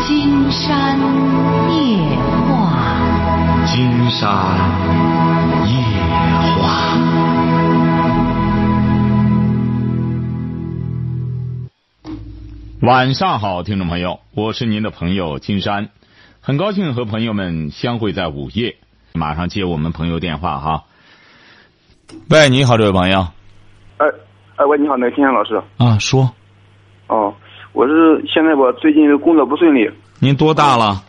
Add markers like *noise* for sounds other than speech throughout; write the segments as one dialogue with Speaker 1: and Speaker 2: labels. Speaker 1: 金山夜话，
Speaker 2: 金山夜话。晚上好，听众朋友，我是您的朋友金山，很高兴和朋友们相会在午夜。马上接我们朋友电话哈。喂，你好，这位朋友。
Speaker 3: 哎哎喂，你好，那个金山老师。
Speaker 2: 啊，说，
Speaker 3: 哦，我是现在吧，最近工作不顺利，
Speaker 2: 您多大了？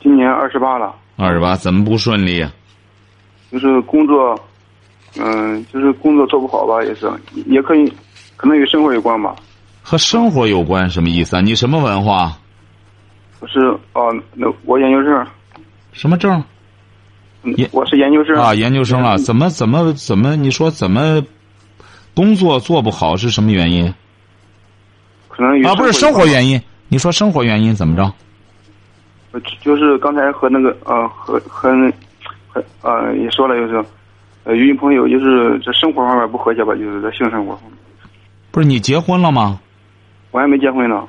Speaker 3: 今年二十八了，
Speaker 2: 二十八，怎么不顺利啊？
Speaker 3: 就是工作，嗯、就是工作做不好吧，也是，也可以，可能与生活有关吧。
Speaker 2: 和生活有关什么意思啊？你什么文化？
Speaker 3: 我是哦，那我研究生，
Speaker 2: 什么证？
Speaker 3: 嗯
Speaker 2: 研
Speaker 3: 我是研嗯究生
Speaker 2: 啊，研究生啊，怎么怎么怎么？你说怎么工作做不好是什么原因
Speaker 3: 可能与
Speaker 2: 啊？不是生
Speaker 3: 有关
Speaker 2: 活原因，你说生活原因怎么着？
Speaker 3: 呃就是刚才和那个呃和和和呃也说了，就是呃与女朋友就是这生活方面不和谐吧，就是在性生活方面，
Speaker 2: 不是你结婚了吗？
Speaker 3: 我还没结婚呢，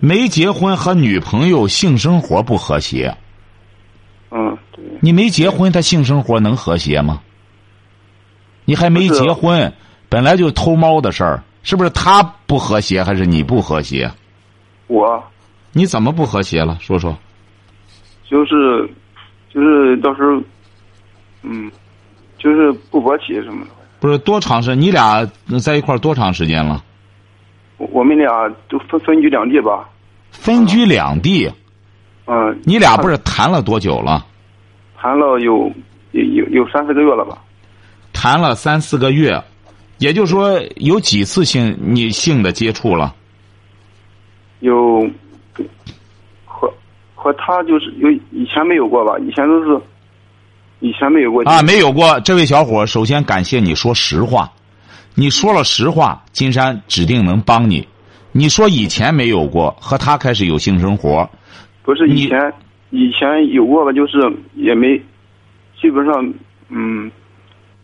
Speaker 2: 没结婚和女朋友性生活不和谐，
Speaker 3: 嗯，对，
Speaker 2: 你没结婚，他性生活能和谐吗？你还没
Speaker 3: 不是
Speaker 2: 结婚，本来就偷猫的事儿，是不是他不和谐还是你不和谐？
Speaker 3: 我
Speaker 2: 你怎么不和谐了？说说。
Speaker 3: 就是就是到时候，嗯，就是不勃起什么的。
Speaker 2: 不是多长时间？你俩在一块儿多长时间了？
Speaker 3: 我我们俩都分分居两地吧，
Speaker 2: 分居两地，
Speaker 3: 嗯、
Speaker 2: 你俩不是谈了多久了？
Speaker 3: 谈了有有有有三四个月了吧？
Speaker 2: 谈了三四个月，也就是说有几次性你性的接触了？
Speaker 3: 有和和他就是有以前没有过吧？以前都是以前没有过
Speaker 2: 啊，没有过。这位小伙，首先感谢你说实话，你说了实话，金山指定能帮你。你说以前没有过，和他开始有性生活，
Speaker 3: 不是
Speaker 2: 你
Speaker 3: 以前以前有过吧？就是也没基本上嗯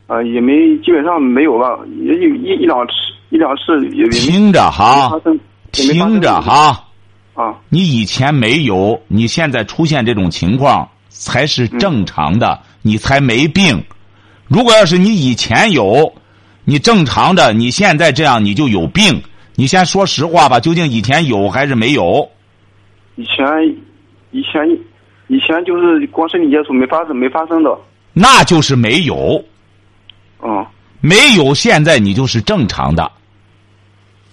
Speaker 3: 啊、也没基本上没有吧，也有一一两次一两次也也没
Speaker 2: 听着
Speaker 3: 没
Speaker 2: 哈
Speaker 3: 发，生，也没发生
Speaker 2: 听着哈，
Speaker 3: 啊。
Speaker 2: 你以前没有，你现在出现这种情况才是
Speaker 3: 嗯
Speaker 2: 正常的，你才没病。如果要是你以前有，你正常的，你现在这样你就有病。你先说实话吧，究竟以前有还是没有？
Speaker 3: 以前，以前，以前就是光身体接触没发生没发生的，
Speaker 2: 那就是没有，
Speaker 3: 嗯，
Speaker 2: 没有。现在你就是正常的，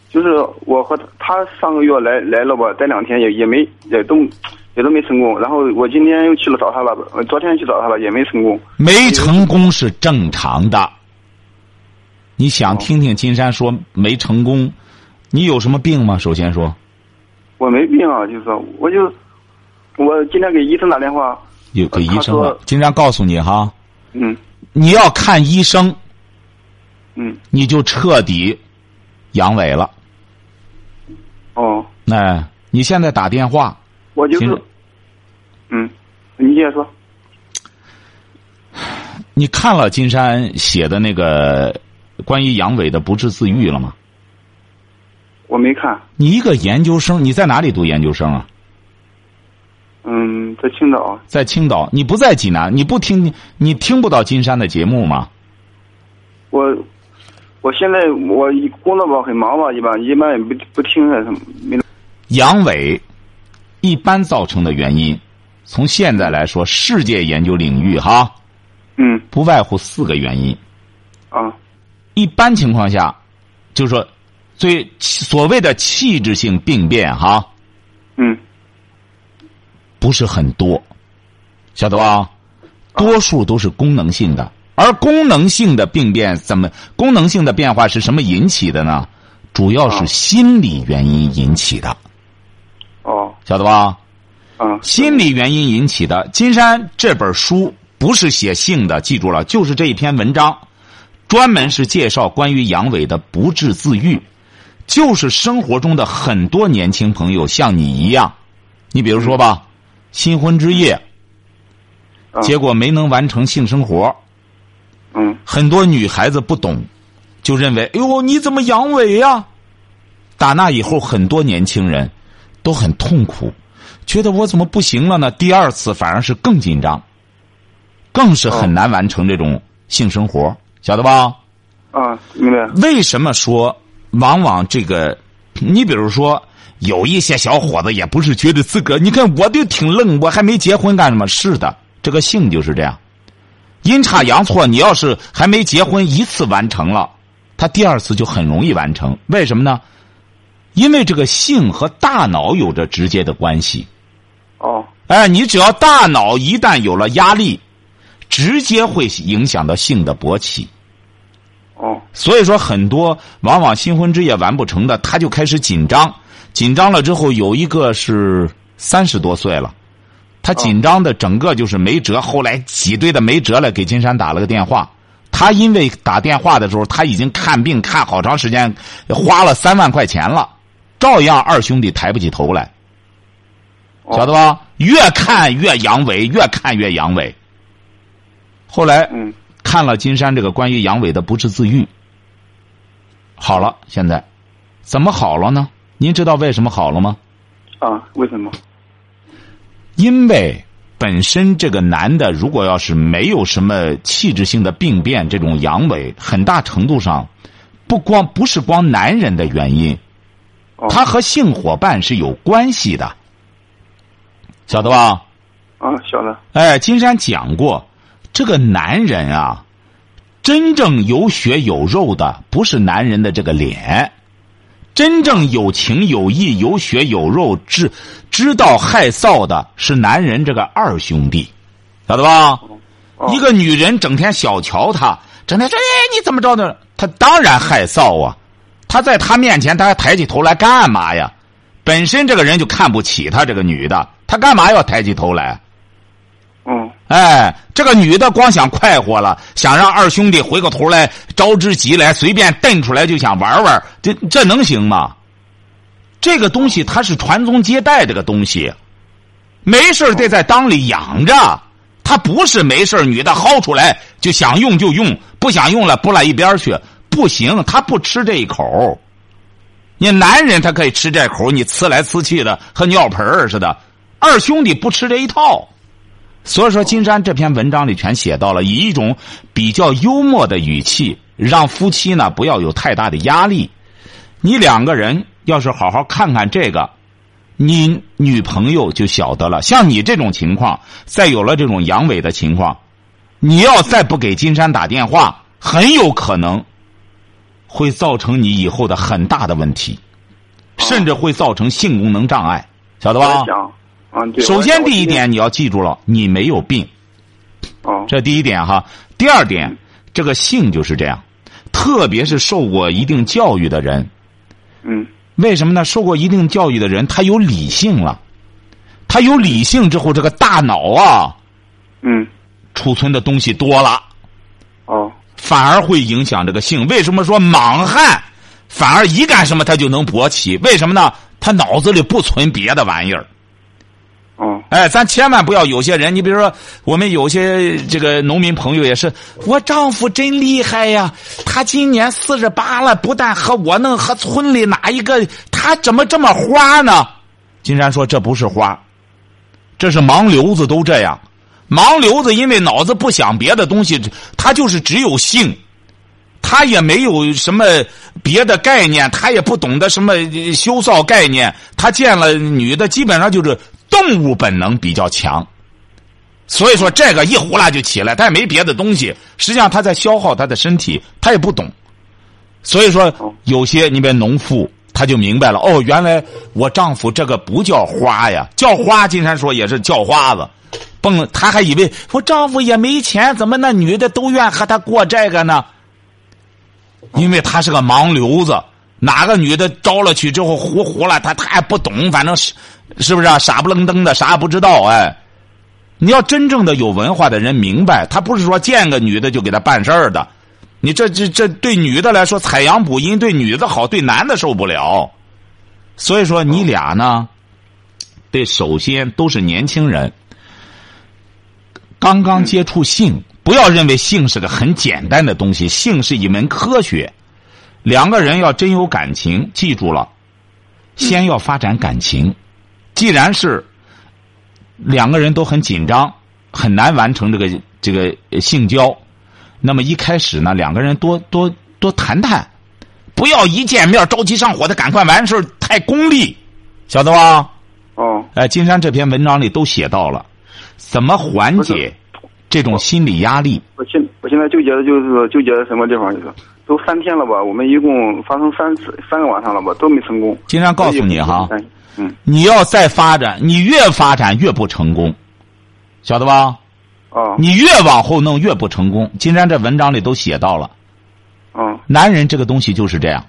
Speaker 3: 就是我和他上个月来来了吧，待两天也也没也都也都没成功。然后我今天又去了找他了，呃昨天去找他了也没成功。
Speaker 2: 没成功是正常的。你
Speaker 3: 哦
Speaker 2: 想听听金山说没成功，你有什么病吗？首先说
Speaker 3: 我没病啊，就是说我就我今天给医生打电话，
Speaker 2: 有给医
Speaker 3: 呃他
Speaker 2: 生
Speaker 3: 说
Speaker 2: 了，金山告诉你哈，
Speaker 3: 嗯
Speaker 2: 你要看医生，
Speaker 3: 嗯
Speaker 2: 你就彻底阳痿了。
Speaker 3: 哦，
Speaker 2: 哎，你现在打电话，
Speaker 3: 我就
Speaker 2: 行
Speaker 3: 是嗯，你接着说，
Speaker 2: 你看了金山写的那个关于阳痿的不治自愈了吗？
Speaker 3: 我没看，
Speaker 2: 你一个研究生，你在哪里读研究生啊？
Speaker 3: 嗯，在青岛
Speaker 2: 在青岛，你不在济南，你不听，你听不到金山的节目吗？
Speaker 3: 我我现在我工作吧很忙吧，一般一般也不不听啊什么，没
Speaker 2: 阳痿一般造成的原因，从现在来说，世界研究领域哈，
Speaker 3: 嗯
Speaker 2: 不外乎四个原因。
Speaker 3: 啊
Speaker 2: 一般情况下，就是说，最所谓的器质性病变哈，
Speaker 3: 嗯
Speaker 2: 不是很多，晓得吧？多数都是功能性的，而功能性的病变怎么？功能性的变化是什么引起的呢？主要是
Speaker 3: 啊
Speaker 2: 心理原因引起的，
Speaker 3: 哦
Speaker 2: 晓得吧？
Speaker 3: 啊
Speaker 2: 心理原因引起的。金山这本书不是写性的，记住了，就是这一篇文章，专门是介绍关于阳痿的不治自愈，就是生活中的很多年轻朋友像你一样，你比如说吧，新婚之夜，
Speaker 3: 啊
Speaker 2: 结果没能完成性生活，
Speaker 3: 嗯
Speaker 2: 很多女孩子不懂，就认为，哎呦，你怎么阳痿呀、打那以后，很多年轻人都很痛苦，觉得我怎么不行了呢？第二次反而是更紧张，更是很难完成这种性生活，晓得吧？
Speaker 3: 啊，明白。
Speaker 2: 为什么说往往这个？你比如说，有一些小伙子也不是觉得自个儿，你看我就挺愣，我还没结婚干什么？是的，这个性就是这样，阴差阳错。你要是还没结婚，一次完成了，他第二次就很容易完成。为什么呢？因为这个性和大脑有着直接的关系。
Speaker 3: 哦，
Speaker 2: 哎，你只要大脑一旦有了压力，直接会影响到性的勃起。
Speaker 3: 哦，
Speaker 2: 所以说很多往往新婚之夜完不成的，他就开始紧张，紧张了之后有一个是三十多岁了，他紧张的整个就是没辙。后来挤兑的没辙了，给金山打了个电话。他因为打电话的时候他已经看病看好长时间，花了三万块钱了，照样二兄弟抬不起头来，晓得吧？越看越阳痿，越看越阳痿。后来，
Speaker 3: 嗯。
Speaker 2: 看了金山这个关于阳痿的不治自愈，好了，现在怎么好了呢？您知道为什么好了吗？
Speaker 3: 啊，为什么？
Speaker 2: 因为本身这个男的如果要是没有什么器质性的病变，这种阳痿很大程度上不光不是光男人的原因，
Speaker 3: 哦
Speaker 2: 他和性伙伴是有关系的，晓得吧？
Speaker 3: 啊，晓得。
Speaker 2: 哎，金山讲过，这个男人啊，真正有血有肉的不是男人的这个脸，真正有情有义、有血有肉、知知道害臊的是男人这个二兄弟，晓得吧？
Speaker 3: 哦
Speaker 2: 一个女人整天小瞧他，整天说：“哎，你怎么着呢？”他当然害臊啊！他在他面前，他还抬起头来干嘛呀？本身这个人就看不起他这个女的，他干嘛要抬起头来？啊
Speaker 3: 嗯，
Speaker 2: 哎，这个女的光想快活了，想让二兄弟回过头来招之即来，随便瞪出来就想玩玩，这这能行吗？这个东西它是传宗接代，这个东西，没事儿得在裆里养着，它不是没事儿女的薅出来就想用就用，不想用了拨拉一边儿去，不行，他不吃这一口。你男人他可以吃这口，你呲来呲去的和尿盆儿似的，二兄弟不吃这一套。所以说，金山这篇文章里全写到了，以一种比较幽默的语气，让夫妻呢不要有太大的压力。你两个人要是好好看看这个，你女朋友就晓得了。像你这种情况，再有了这种阳痿的情况，你要再不给金山打电话，很有可能会造成你以后的很大的问题，甚至会造成性功能障碍，晓得
Speaker 3: 哦我
Speaker 2: 吧
Speaker 3: 在？想，啊，对。
Speaker 2: 首先，
Speaker 3: 我在
Speaker 2: 第一，点你要记住了，你没有病。
Speaker 3: 我哦，
Speaker 2: 这第一点哈。第二点，这个性就是这样，特别是受过一定教育的人，
Speaker 3: 嗯，
Speaker 2: 为什么呢？受过一定教育的人，他有理性了，他有理性之后，这个大脑啊，
Speaker 3: 嗯，
Speaker 2: 储存的东西多了，
Speaker 3: 哦，
Speaker 2: 反而会影响这个性。为什么说莽汉反而一干什么他就能勃起？为什么呢？他脑子里不存别的玩意儿。
Speaker 3: 哦，
Speaker 2: 哎，咱千万不要有些人，你比如说，我们有些这个农民朋友也是，我丈夫真厉害呀，他今年四十八了，不但和我弄，和村里哪一个，他怎么这么花呢？金山说这不是花，这是盲流子都这样，盲流子因为脑子不想别的东西，他就是只有性。他也没有什么别的概念，他也不懂得什么呃羞臊概念。他见了女的，基本上就是动物本能比较强，所以说这个一呼啦就起来，他也没别的东西。实际上他在消耗他的身体，他也不懂。所以说
Speaker 3: 哦，
Speaker 2: 有些你比如农妇，他就明白了哦，原来我丈夫这个不叫花呀，叫花，金山说也是叫花子。蹦了，他还以为我丈夫也没钱，怎么那女的都愿和他过这个呢？因为他是个盲流子，哪个女的招了去之后糊糊了，他他也不懂，反正是是不是啊？傻不愣登的，啥也不知道。哎，你要真正的有文化的人明白，他不是说见个女的就给他办事儿的。你这这这对女的来说采阳补阴，对女的好，对男的受不了。所以说你俩呢，得首先都是年轻人，刚刚接触性，不要认为性是个很简单的东西，性是一门科学。两个人要真有感情，记住了，先要发展感情。既然是两个人都很紧张，很难完成这个这个性交。那么一开始呢，两个人多多多谈谈，不要一见面着急上火的，赶快完事儿，太功利，晓得吧？
Speaker 3: 哦，
Speaker 2: 哎，金山这篇文章里都写到了，怎么缓
Speaker 3: 不是
Speaker 2: 解这种心理压力？
Speaker 3: 我现我现在纠结的就是纠结在什么地方，就是都三天了吧，我们一共发生三次三个晚上了吧，都没成功。
Speaker 2: 金山告诉你哈，
Speaker 3: 哎，嗯，
Speaker 2: 你要再发展，你越发展越不成功，晓得吧？
Speaker 3: 哦，
Speaker 2: 你越往后弄越不成功。金山这文章里都写到了，
Speaker 3: 哦，
Speaker 2: 男人这个东西就是这样，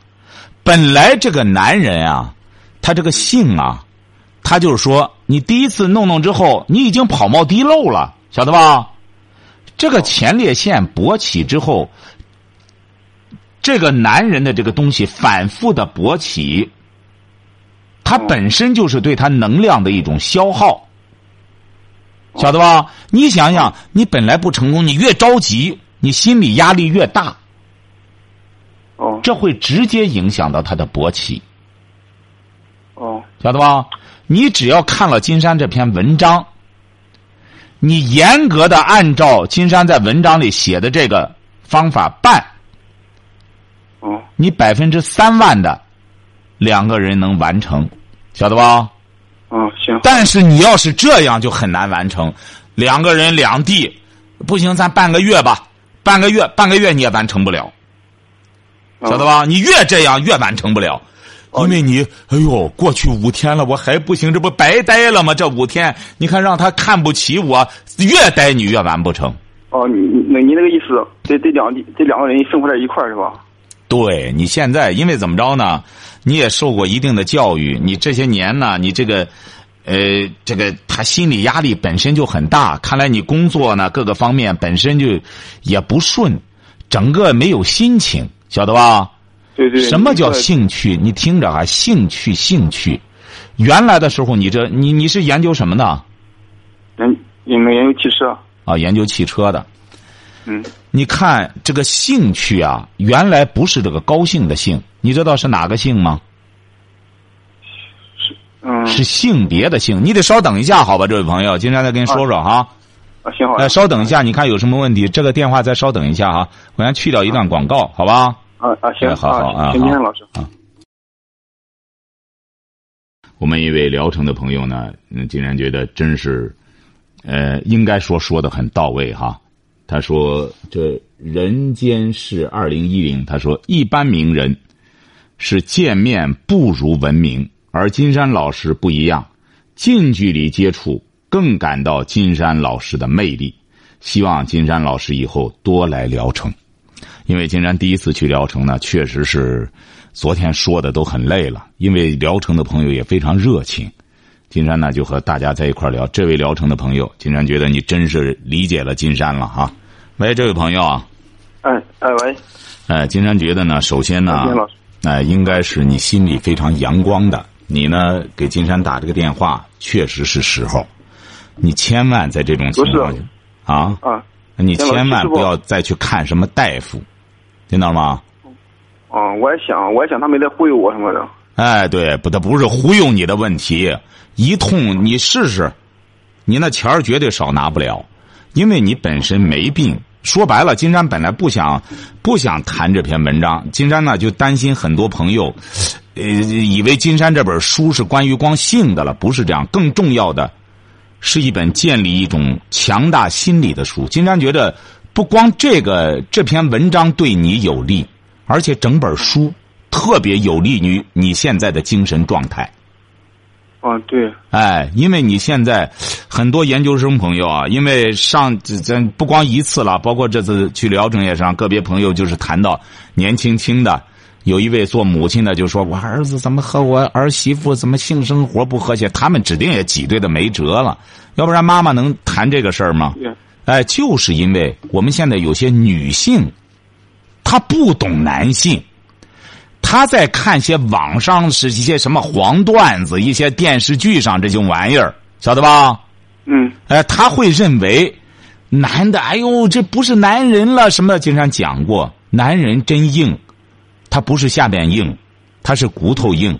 Speaker 2: 本来这个男人啊，他这个性啊，他就是说，你第一次弄弄之后，你已经跑冒滴漏了，晓得吧？这个前列腺勃起之后，这个男人的这个东西反复的勃起，它本身就是对他能量的一种消耗，晓得吧？你想想，你本来不成功，你越着急，你心理压力越大，
Speaker 3: 哦，
Speaker 2: 这会直接影响到他的勃起，
Speaker 3: 哦，
Speaker 2: 晓得吧？你只要看了金山这篇文章，你严格的按照金山在文章里写的这个方法办，
Speaker 3: 哦，
Speaker 2: 你百分之三万的两个人能完成，晓得吧？
Speaker 3: 哦，行，
Speaker 2: 但是你要是这样就很难完成，两个人两地，不行，咱半个月吧，半个月，半个月你也完成不了，
Speaker 3: 哦
Speaker 2: 晓得？吧？你越这样越完成不了，因为你，哎呦，过去五天了，我还不行，这不白待了吗？这五天，你看让他看不起我，越待你越完不成。
Speaker 3: 哦，你你那你那个意思，这这两地这两个人生活在一块儿是吧？
Speaker 2: 对你现在，因为怎么着呢？你也受过一定的教育，你这些年呢，你这个，呃，这个他心理压力本身就很大，看来你工作呢各个方面本身就也不顺，整个没有心情，晓得吧？
Speaker 3: 对对。
Speaker 2: 什么叫
Speaker 3: 对
Speaker 2: 兴趣？你听着啊，兴趣，兴趣。原来的时候，你这你你是研究什么的
Speaker 3: 人研究研究汽车？
Speaker 2: 啊？研究汽车的。
Speaker 3: 嗯，
Speaker 2: 你看这个兴趣啊，原来不是这个高兴的兴，你知道是哪个兴吗？
Speaker 3: 嗯，
Speaker 2: 是性别的性，你得稍等一下，好吧，这位朋友，今天再跟你说说哈。
Speaker 3: 啊，行好
Speaker 2: 呃，。稍等一下，你看有什么问题？这个电话再稍等一下哈，我先去掉一段广告，好吧？
Speaker 3: 啊啊，行
Speaker 2: 哎，好好啊
Speaker 3: 啊，行，
Speaker 2: 好
Speaker 3: 金山老师。
Speaker 2: 我们一位聊城的朋友呢，嗯，竟然觉得真是，呃，应该说说的很到位哈。他说这人间是二零一零，他说一般名人是见面不如闻名，而金山老师不一样，近距离接触更感到金山老师的魅力。希望金山老师以后多来聊城，因为金山第一次去聊城呢，确实是昨天说的都很累了，因为聊城的朋友也非常热情。金山呢就和大家在一块儿聊，这位聊城的朋友，金山觉得你真是理解了金山了哈、喂，这位朋友啊，
Speaker 3: 哎哎喂，
Speaker 2: 呃，金山觉得呢，首先呢
Speaker 3: 金山老师，
Speaker 2: 呃，应该是你心里非常阳光的。你呢给金山打这个电话，确实是时候。你千万在这种情况
Speaker 3: 不
Speaker 2: 下
Speaker 3: 是，
Speaker 2: 啊，
Speaker 3: 啊
Speaker 2: 你千
Speaker 3: 金山老
Speaker 2: 万
Speaker 3: 师
Speaker 2: 不要再去看什么大夫，听到吗？
Speaker 3: 哦，我也想，我也想他没在忽悠我什么的。
Speaker 2: 哎，对，不，他不是忽悠你的问题，一通你试试，你那钱儿绝对少拿不了，因为你本身没病。说白了，金山本来不想不想谈这篇文章，金山呢就担心很多朋友，呃，以为金山这本书是关于光性的了，不是这样。更重要的，是一本建立一种强大心理的书。金山觉得，不光这个这篇文章对你有利，而且整本书特别有利于你现在的精神状态。
Speaker 3: 啊，对，
Speaker 2: 哎，因为你现在很多研究生朋友啊，因为上这咱不光一次了，包括这次去聊城也是让个别朋友就是谈到年轻轻的，有一位做母亲的就说：“我儿子怎么和我儿媳妇怎么性生活不和谐？”他们指定也挤兑的没辙了，要不然妈妈能谈这个事儿吗？
Speaker 3: 对，
Speaker 2: 哎，就是因为我们现在有些女性，她不懂男性，她在看些网上是一些什么黄段子、一些电视剧上这种玩意儿，晓得吧？
Speaker 3: 嗯，
Speaker 2: 哎，她会认为男的，哎呦，这不是男人了什么的。经常讲过，男人真硬，他不是下边硬，他是骨头硬。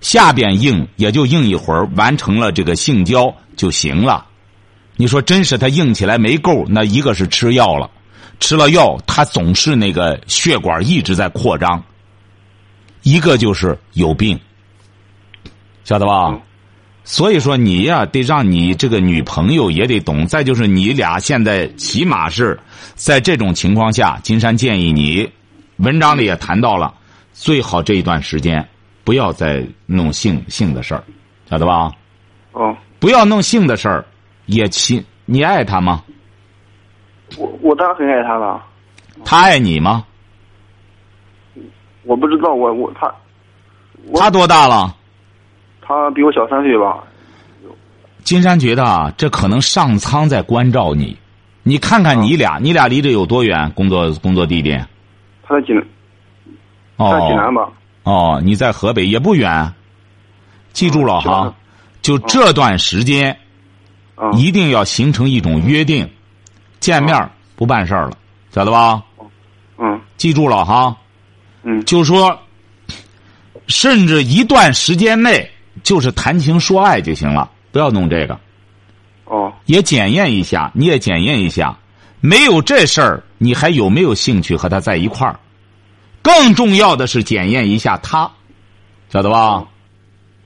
Speaker 2: 下边硬也就硬一会儿，完成了这个性交就行了。你说真是他硬起来没够，那一个是吃药了，吃了药他总是那个血管一直在扩张，一个就是有病，晓得吧？所以说你呀、得让你这个女朋友也得懂。再就是你俩现在起码是在这种情况下，金山建议你，文章里也谈到了，最好这一段时间不要再弄性性的事儿，晓得吧？
Speaker 3: 哦，
Speaker 2: 不要弄性的事儿，也亲，你爱他吗？
Speaker 3: 我我当然很爱他了，
Speaker 2: 他爱你吗？
Speaker 3: 我不知道我我他我
Speaker 2: 他多大了？
Speaker 3: 他比我小三岁吧，
Speaker 2: 金山觉得啊，这可能上苍在关照你。你看看你俩，你俩离这有多远？工作工作地点？
Speaker 3: 他在济南，他在济南
Speaker 2: 哦
Speaker 3: 吧？
Speaker 2: 哦，你在河北也不远。记住了
Speaker 3: 嗯知道
Speaker 2: 哈
Speaker 3: 了，
Speaker 2: 就这段时间
Speaker 3: 啊、
Speaker 2: 一定要形成一种约定，见面儿不办事儿了，晓得吧？
Speaker 3: 嗯
Speaker 2: 记住了哈，
Speaker 3: 嗯
Speaker 2: 就说，甚至一段时间内就是谈情说爱就行了，不要弄这个。
Speaker 3: 哦
Speaker 2: 也检验一下，你也检验一下，没有这事儿，你还有没有兴趣和他在一块儿？更重要的是检验一下他，晓得吧？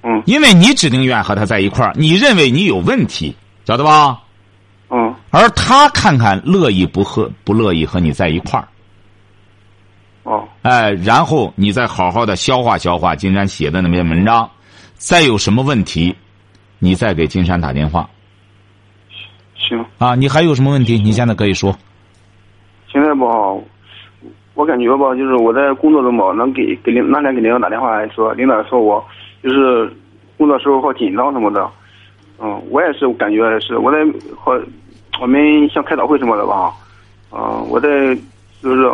Speaker 3: 嗯
Speaker 2: 因为你指定愿和他在一块儿，你认为你有问题，晓得吧？
Speaker 3: 嗯
Speaker 2: 而他看看乐意不和不乐意和你在一块儿，
Speaker 3: 哦
Speaker 2: 哎，然后你再好好的消化消化金山写的那篇文章，再有什么问题，你再给金山打电话
Speaker 3: 行，
Speaker 2: 啊！你还有什么问题？你现在可以说。
Speaker 3: 现在吧，我感觉吧，就是我在工作中吧，能给给领那天给领导打电话来说，领导说我就是工作时候好紧张什么的，嗯，我也是感觉是我在和我们像开早会什么的吧，嗯、我在就是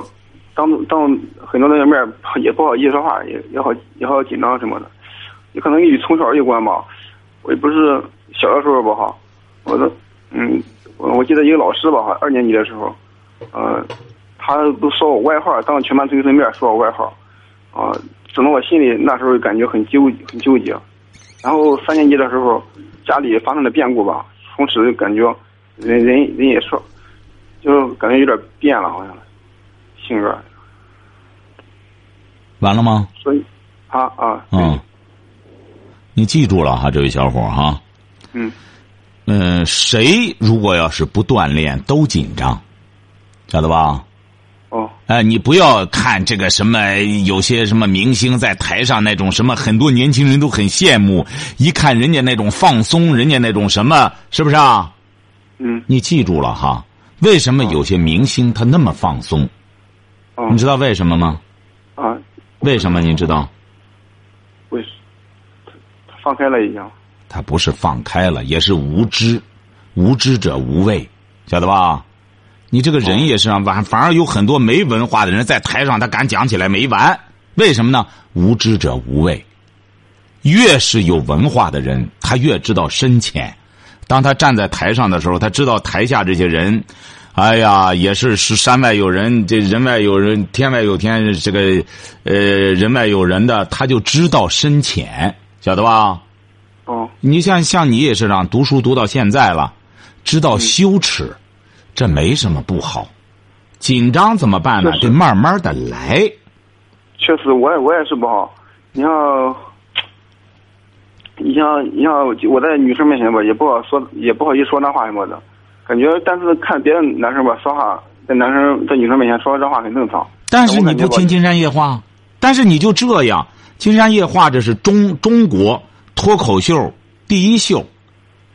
Speaker 3: 当当很多同学面儿也不好意思说话，也也好也好紧张什么的，也可能与从小有关吧，我也不是小的时候吧哈，我的嗯，我我记得一个老师吧哈，二年级的时候。呃，他都说我外号，当着全班同学的面说我外号，啊、整得我心里那时候感觉很纠很纠结。然后三年级的时候，家里发生了变故吧，从此就感觉人人人也说，就是感觉有点变了，好像性格。
Speaker 2: 完了吗？
Speaker 3: 所以，啊啊，对
Speaker 2: 嗯，你记住了哈，这位小伙儿哈，
Speaker 3: 嗯
Speaker 2: 嗯、谁如果要是不锻炼，都紧张，晓得吧？
Speaker 3: 哦
Speaker 2: 哎、你不要看这个什么，有些什么明星在台上那种什么，很多年轻人都很羡慕，一看人家那种放松，人家那种什么，是不是啊？
Speaker 3: 嗯
Speaker 2: 你记住了哈，为什么有些明星他那么放松？
Speaker 3: 哦
Speaker 2: 你知道为什么吗？
Speaker 3: 啊，
Speaker 2: 为什么？你知道？
Speaker 3: 为什他放开了已经？
Speaker 2: 他不是放开了，也是无知，无知者无畏，晓得吧？你这个人也是啊，反反而有很多没文化的人在台上，他敢讲起来没完，为什么呢？无知者无畏，越是有文化的人，他越知道深浅。当他站在台上的时候，他知道台下这些人，哎呀，也是是山外有人，这人外有人，天外有天，这个呃人外有人的，他就知道深浅，晓得吧？
Speaker 3: 哦
Speaker 2: 你像像你也是这样，读书读到现在了，知道羞耻，这没什么不好。紧张怎么办呢？
Speaker 3: 是是
Speaker 2: 得慢慢的来。
Speaker 3: 确实，我也我也是不好。你像，你像你像我在女生面前吧，也不好说，也不好意思说那话什么的，感觉但是看别的男生吧，说话在男生在女生面前说这话很正常。
Speaker 2: 但是
Speaker 3: 我
Speaker 2: 你
Speaker 3: 感觉
Speaker 2: 不
Speaker 3: 吧
Speaker 2: 听金山夜话，但是你就这样，金山夜话这是中中国脱口秀第一秀，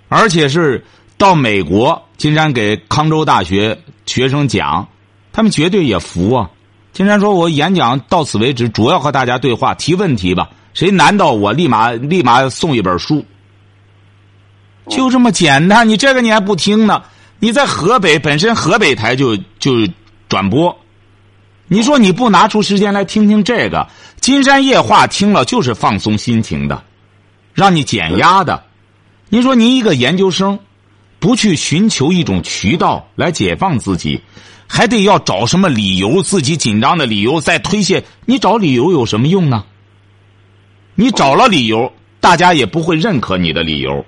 Speaker 2: 而且是到美国，金山给康州大学学生讲，他们绝对也服啊。金山说：“我演讲到此为止，主要和大家对话，提问题吧。谁难到我，立马立马送一本书。”就这么简单，你这个你还不听呢？你在河北本身河北台就就转播，你说你不拿出时间来听听这个《金山夜话》，听了就是放松心情的，让你减压的。你说您一个研究生，不去寻求一种渠道来解放自己，还得要找什么理由，自己紧张的理由再推卸，你找理由有什么用呢？你找了理由，大家也不会认可你的理由。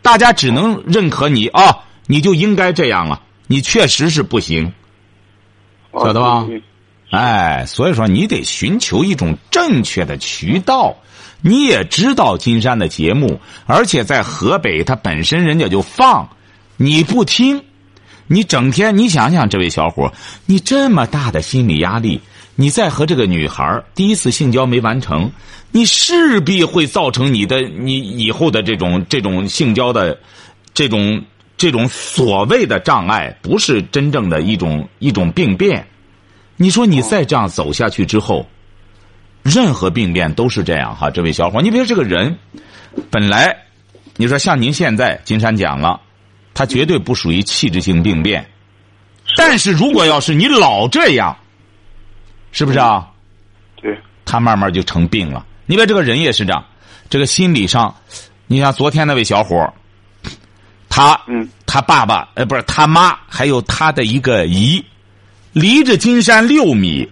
Speaker 2: 大家只能认可你啊、你就应该这样啊，你确实是不行。
Speaker 3: 哦
Speaker 2: 晓得吧
Speaker 3: 对对
Speaker 2: 哎，所以说你得寻求一种正确的渠道。你也知道金山的节目，而且在河北，它本身人家就放，你不听，你整天你想想，这位小伙，你这么大的心理压力，你再和这个女孩儿第一次性交没完成，你势必会造成你的你以后的这种这种性交的这种这种所谓的障碍，不是真正的一种一种病变。你说你再这样走下去之后，任何病变都是这样哈，这位小伙，你比如这个人，本来你说像您现在金山讲了，他绝对不属于器质性病变，但是如果要是你老这样，是不是啊？
Speaker 3: 对，
Speaker 2: 他慢慢就成病了。你别这个人也是这样，这个心理上，你像昨天那位小伙儿他
Speaker 3: 嗯
Speaker 2: 他爸爸呃不是他妈，还有他的一个姨，离着金山六米，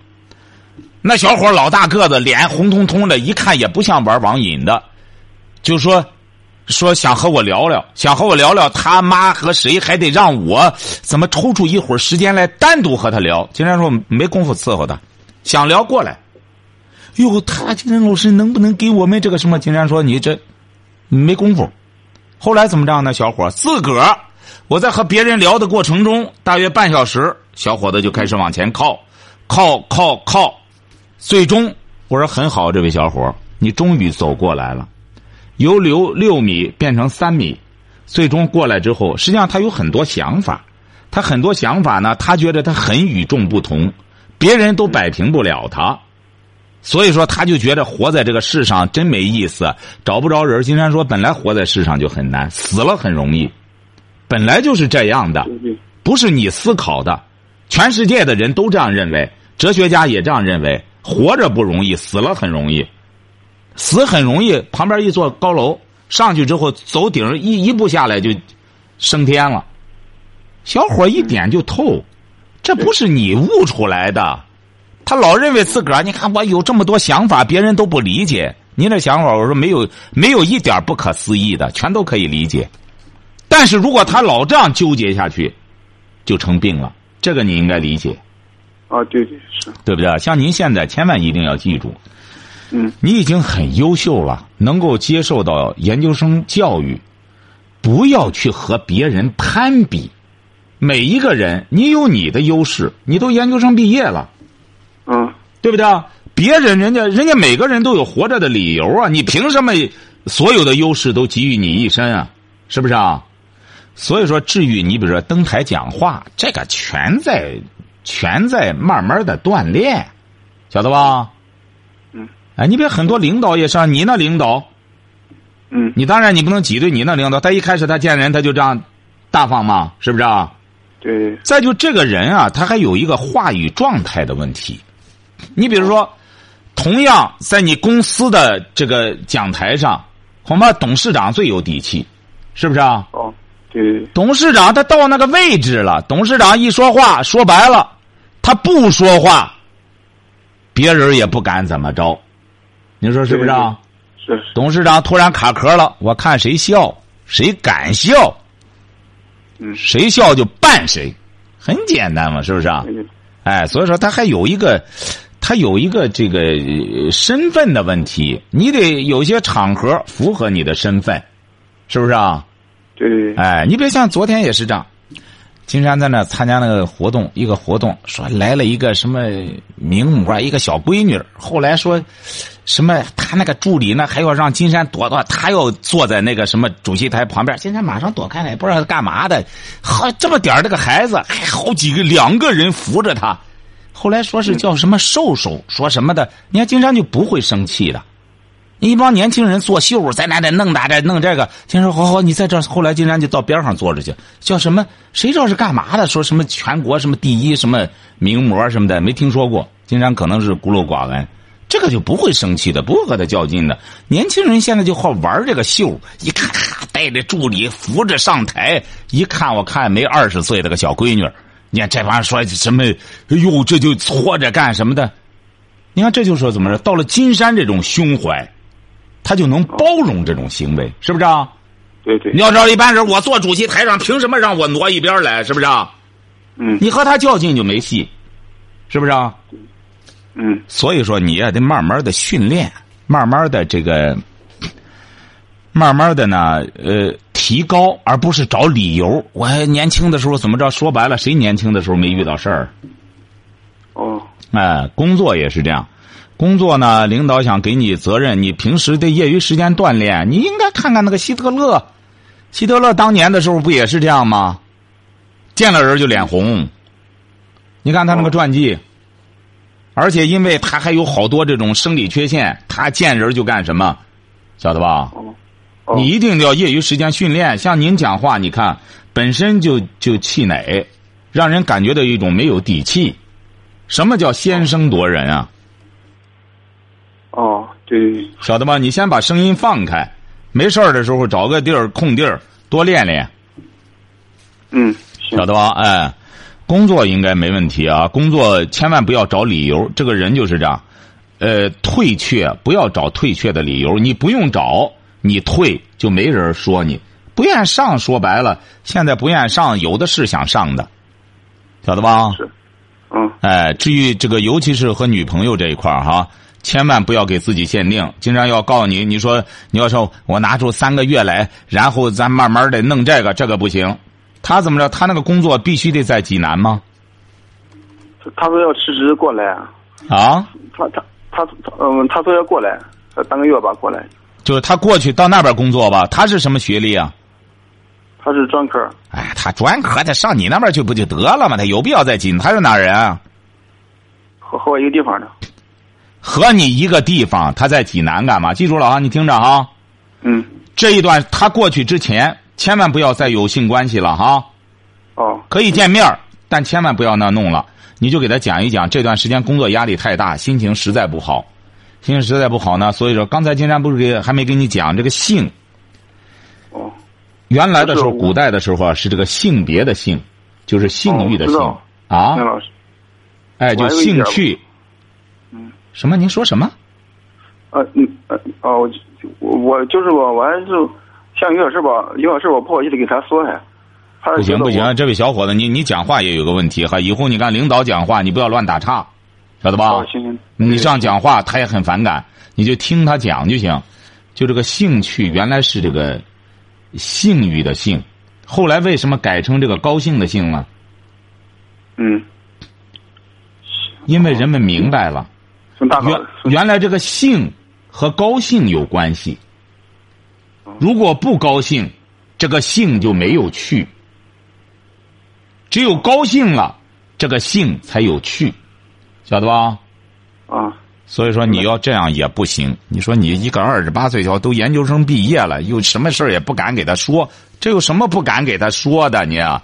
Speaker 2: 那小伙儿老大个子，脸红彤彤的，一看也不像玩网瘾的，就说说想和我聊聊，想和我聊聊，他妈和谁还得让我怎么抽出一会儿时间来单独和他聊。金山说没工夫伺候他，想聊过来。哟，他金山老师能不能给我们这个什么？金山说你这没工夫。后来怎么着呢？小伙儿自个儿，我在和别人聊的过程中，大约半小时，小伙子就开始往前靠，靠靠靠，最终我说很好，这位小伙儿，你终于走过来了，由留六米变成三米，最终过来之后，实际上他有很多想法，他很多想法呢，他觉得他很与众不同，别人都摆平不了他。所以说，他就觉得活在这个世上真没意思，找不着人。金山说，本来活在世上就很难，死了很容易，本来就是这样的，
Speaker 3: 对对
Speaker 2: 不是你思考的。全世界的人都这样认为，哲学家也这样认为，活着不容易，死了很容易，死很容易。旁边一座高楼，上去之后走顶儿一一步下来就升天了。小伙儿一点就透，这不是你悟出来的。他老认为自个儿，你看我有这么多想法，别人都不理解。您这想法，我说没有，没有一点不可思议的，全都可以理解。但是如果他老这样纠结下去，就成病了。这个你应该理解，
Speaker 3: 啊，对对是，
Speaker 2: 对不对？像您现在，千万一定要记住，
Speaker 3: 嗯，
Speaker 2: 你已经很优秀了，能够接受到研究生教育，不要去和别人攀比。每一个人，你有你的优势，你都研究生毕业了。
Speaker 3: 嗯，
Speaker 2: 对不对？别人人家人家每个人都有活着的理由啊，你凭什么所有的优势都给予你一身啊？是不是啊？所以说，至于你比如说登台讲话，这个全在全在慢慢的锻炼，晓得吧？
Speaker 3: 嗯。
Speaker 2: 哎，你别很多领导也是啊，你那领导，
Speaker 3: 嗯，
Speaker 2: 你当然你不能挤兑你那领导，他一开始他见人他就这样大方嘛，是不是啊？
Speaker 3: 对，
Speaker 2: 再就这个人啊，他还有一个话语状态的问题。你比如说，同样在你公司的这个讲台上，恐怕董事长最有底气，是不是啊？
Speaker 3: 哦，对，
Speaker 2: 董事长他到那个位置了，董事长一说话，说白了，他不说话，别人也不敢怎么着，你说是不是啊？
Speaker 3: 是是，
Speaker 2: 董事长突然卡壳了，我看谁笑，谁敢笑，
Speaker 3: 嗯，
Speaker 2: 谁笑就办谁，很简单嘛，是不是啊？
Speaker 3: 对对
Speaker 2: 哎，所以说他还有一个，他有一个这个呃身份的问题，你得有些场合符合你的身份，是不是啊？
Speaker 3: 对对对，
Speaker 2: 哎，你别像昨天也是这样，金山在那参加那个活动，一个活动说来了一个什么名模，啊一个小闺女儿，后来说什么他那个助理呢还要让金山躲躲，他要坐在那个什么主席台旁边，金山马上躲开了，也不知道他干嘛的，好这么点儿这个孩子，还好几个两个人扶着他，后来说是叫什么瘦瘦，说什么的，你看金山就不会生气的。一帮年轻人作秀，在那得弄那这弄这个。金山说：“好好，你在这儿。”后来金山就到边上坐着去，叫什么？谁知道是干嘛的？说什么全国什么第一什么名模什么的，没听说过。金山可能是孤陋寡闻，这个就不会生气的，不会和他较劲的。年轻人现在就好玩这个秀，一咔咔带着助理扶着上台，一看我看没二十岁的个小闺女儿，你看这帮人说什么？哎呦，这就搓着干什么的？你看这就说怎么着？到了金山这种胸怀。他就能包容这种行为，是不是啊？
Speaker 3: 对对
Speaker 2: 你，要知道，一般人我坐主席台上，凭什么让我挪一边儿来？是不是啊？
Speaker 3: 嗯
Speaker 2: 你和他较劲就没戏，是不是啊？
Speaker 3: 嗯
Speaker 2: 所以说，你也得慢慢的训练，慢慢的这个，慢慢的呢，呃，提高，而不是找理由。我还年轻的时候怎么着？说白了，谁年轻的时候没遇到事儿？
Speaker 3: 哦
Speaker 2: 哎，工作也是这样。工作呢，领导想给你责任，你平时的业余时间锻炼，你应该看看那个希特勒。希特勒当年的时候不也是这样吗？见了人就脸红。你看他那个传记，而且因为他还有好多这种生理缺陷，他见人就干什么，晓得吧？
Speaker 3: 哦哦，
Speaker 2: 你一定要业余时间训练。像您讲话，你看本身就就气馁，让人感觉到一种没有底气。什么叫先声夺人啊？
Speaker 3: 哦对对
Speaker 2: 晓得吧？你先把声音放开，没事儿的时候找个地儿空地儿多练练，
Speaker 3: 嗯行
Speaker 2: 晓得吧？哎，工作应该没问题啊。工作千万不要找理由，这个人就是这样。呃，退却不要找退却的理由，你不用找，你退就没人说你不愿上。说白了，现在不愿上，有的是想上的，晓得吧？
Speaker 3: 是，嗯
Speaker 2: 哎，至于这个，尤其是和女朋友这一块儿哈，千万不要给自己限定。经常要告诉你，你说你要说我拿出三个月来，然后咱慢慢的弄这个，这个不行。他怎么着？他那个工作必须得在济南吗？
Speaker 3: 他说要辞职过来，
Speaker 2: 啊，
Speaker 3: 他他他他嗯他说要过来，呃三个月吧过来，
Speaker 2: 就是他过去到那边工作吧。他是什么学历啊？
Speaker 3: 他是专科，
Speaker 2: 哎，他专科，他上你那边去不就得了吗？他有必要在济南？他是哪人啊？
Speaker 3: 和和我一个地方的，
Speaker 2: 和你一个地方，他在济南干嘛？记住了啊，你听着啊，
Speaker 3: 嗯
Speaker 2: 这一段他过去之前，千万不要再有性关系了哈、
Speaker 3: 哦
Speaker 2: 可以见面儿，但千万不要那弄了。你就给他讲一讲，这段时间工作压力太大，心情实在不好，心情实在不好呢。所以说，刚才金山不是给还没跟你讲这个性，
Speaker 3: 哦
Speaker 2: 原来的时候，
Speaker 3: 不是我
Speaker 2: 古代的时候啊，是这个性别的性，就是性欲的性、
Speaker 3: 哦
Speaker 2: 啊
Speaker 3: 那，老师
Speaker 2: 哎，
Speaker 3: 我
Speaker 2: 就
Speaker 3: 还有一
Speaker 2: 兴
Speaker 3: 点儿
Speaker 2: 趣。
Speaker 3: 嗯，
Speaker 2: 什么？您说什么？
Speaker 3: 呃嗯呃哦我我就是我我还是像有点事吧有点事我不好意思给他说还，他
Speaker 2: 不行
Speaker 3: 觉得
Speaker 2: 不
Speaker 3: 哎我
Speaker 2: 行，啊这位小伙子，你你讲话也有个问题哈。以后你看领导讲话，你不要乱打岔，晓得吧？
Speaker 3: 哦行行
Speaker 2: 你这样讲话，他也很反感，你就听他讲就行。就这个兴趣原来是这个性欲的性，后来为什么改成这个高兴的兴了？
Speaker 3: 嗯
Speaker 2: 因为人们明白了，
Speaker 3: 孙大佬
Speaker 2: 原原来这个性和高兴有关系。如果不高兴，这个性就没有趣；只有高兴了，这个性才有趣，晓得吧？
Speaker 3: 啊
Speaker 2: 所以说你要这样也不行。你说你一个二十八岁小都研究生毕业了，有什么事儿也不敢给他说，这有什么不敢给他说的？你啊，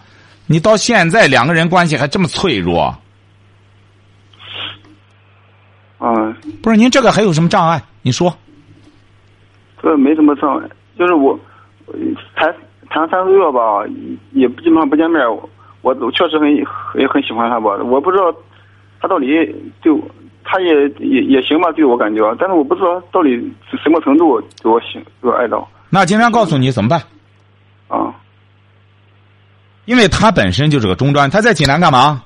Speaker 2: 你到现在两个人关系还这么脆弱，
Speaker 3: 啊
Speaker 2: 不是您这个还有什么障碍？你说
Speaker 3: 这没什么障碍，就是我呃谈谈三个月吧，也基本上不见面。我我确实很也很喜欢他吧，我不知道他到底对我，他也也也行吧，对我感觉，啊但是我不知道到底是什么程度对我行对我爱到
Speaker 2: 那经常告诉你怎么办？
Speaker 3: 啊。
Speaker 2: 因为他本身就是个中专，他在济南干嘛？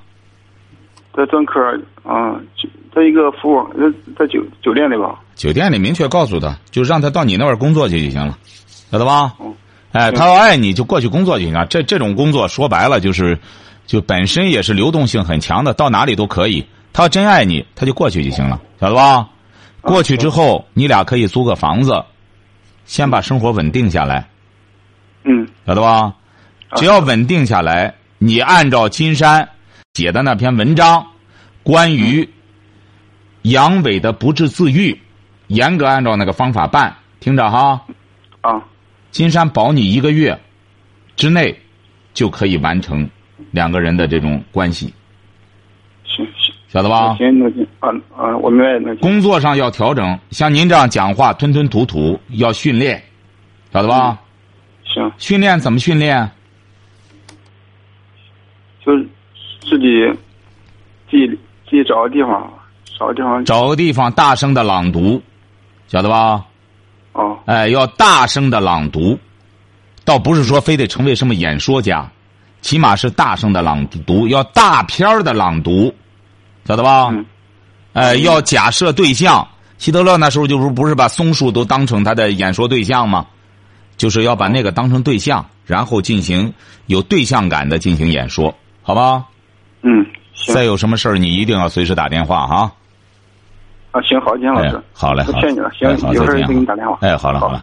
Speaker 3: 在专科啊，就在一个服务在在酒酒店里吧，
Speaker 2: 酒店里明确告诉他，就让他到你那边工作去就行了，晓得吧
Speaker 3: 嗯？
Speaker 2: 哎，
Speaker 3: 嗯
Speaker 2: 他要爱你就过去工作就行了。这这种工作说白了就是，就本身也是流动性很强的，到哪里都可以。他要真爱你，他就过去就行了，晓得吧？过去之后，你俩可以租个房子，先把生活稳定下来，
Speaker 3: 嗯
Speaker 2: 晓得吧？只要稳定下来，你按照金山写的那篇文章，关于阳痿的不治自愈，严格按照那个方法办。听着哈，
Speaker 3: 啊
Speaker 2: 金山保你一个月之内就可以完成两个人的这种关系，
Speaker 3: 行行
Speaker 2: 晓得吧？
Speaker 3: 行那行啊啊，我明白那行
Speaker 2: 工作上要调整，像您这样讲话吞吞吐吐要训练，晓得吧？
Speaker 3: 行，
Speaker 2: 训练怎么训练？
Speaker 3: 就是自己自己自己找个地方，找个地方
Speaker 2: 找个地方大声的朗读，晓得吧？
Speaker 3: 啊
Speaker 2: 哎，要大声的朗读，倒不是说非得成为什么演说家，起码是大声的朗读，要大片儿的朗读，晓得吧？
Speaker 3: 嗯
Speaker 2: 呃，要假设对象。希特勒那时候就是不是把松树都当成他的演说对象吗？就是要把那个当成对象，然后进行有对象感的进行演说，好吧？
Speaker 3: 嗯，行
Speaker 2: 再有什么事儿，你一定要随时打电话哈。
Speaker 3: 啊，行，好，金山老
Speaker 2: 哎
Speaker 3: 师，，
Speaker 2: 好嘞，
Speaker 3: 我
Speaker 2: 好嘞，
Speaker 3: 劝你了，行
Speaker 2: 哎，好，
Speaker 3: 有
Speaker 2: 再
Speaker 3: 事
Speaker 2: 见
Speaker 3: 儿给你打电话
Speaker 2: 哈。哎，好了，好了。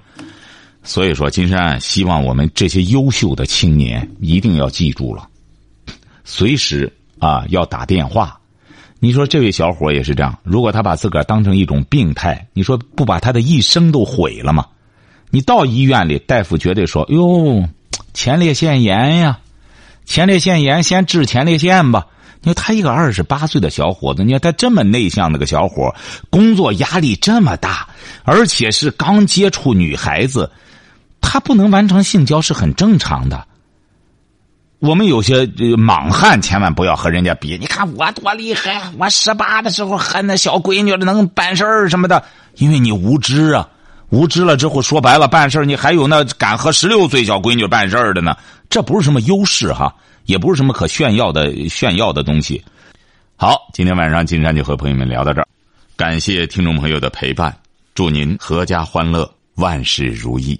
Speaker 2: 所以说，金山希望我们这些优秀的青年一定要记住了， *laughs* 随时啊要打电话。你说这位小伙也是这样，如果他把自个儿当成一种病态，你说不把他的一生都毁了吗？你到医院里，大夫绝对说：“哟，前列腺炎呀，前列腺炎先治前列腺吧。”你说他一个二十八岁的小伙子，你说他这么内向的个小伙，工作压力这么大，而且是刚接触女孩子，他不能完成性交是很正常的。我们有些呃莽汉千万不要和人家比，你看我多厉害，啊我十八的时候和那小闺女能办事儿什么的，因为你无知啊，无知了之后说白了办事儿，你还有那敢和十六岁小闺女办事儿的呢，这不是什么优势哈，也不是什么可炫耀的炫耀的东西。好，今天晚上金山就和朋友们聊到这儿，感谢听众朋友的陪伴，祝您阖家欢乐，万事如意。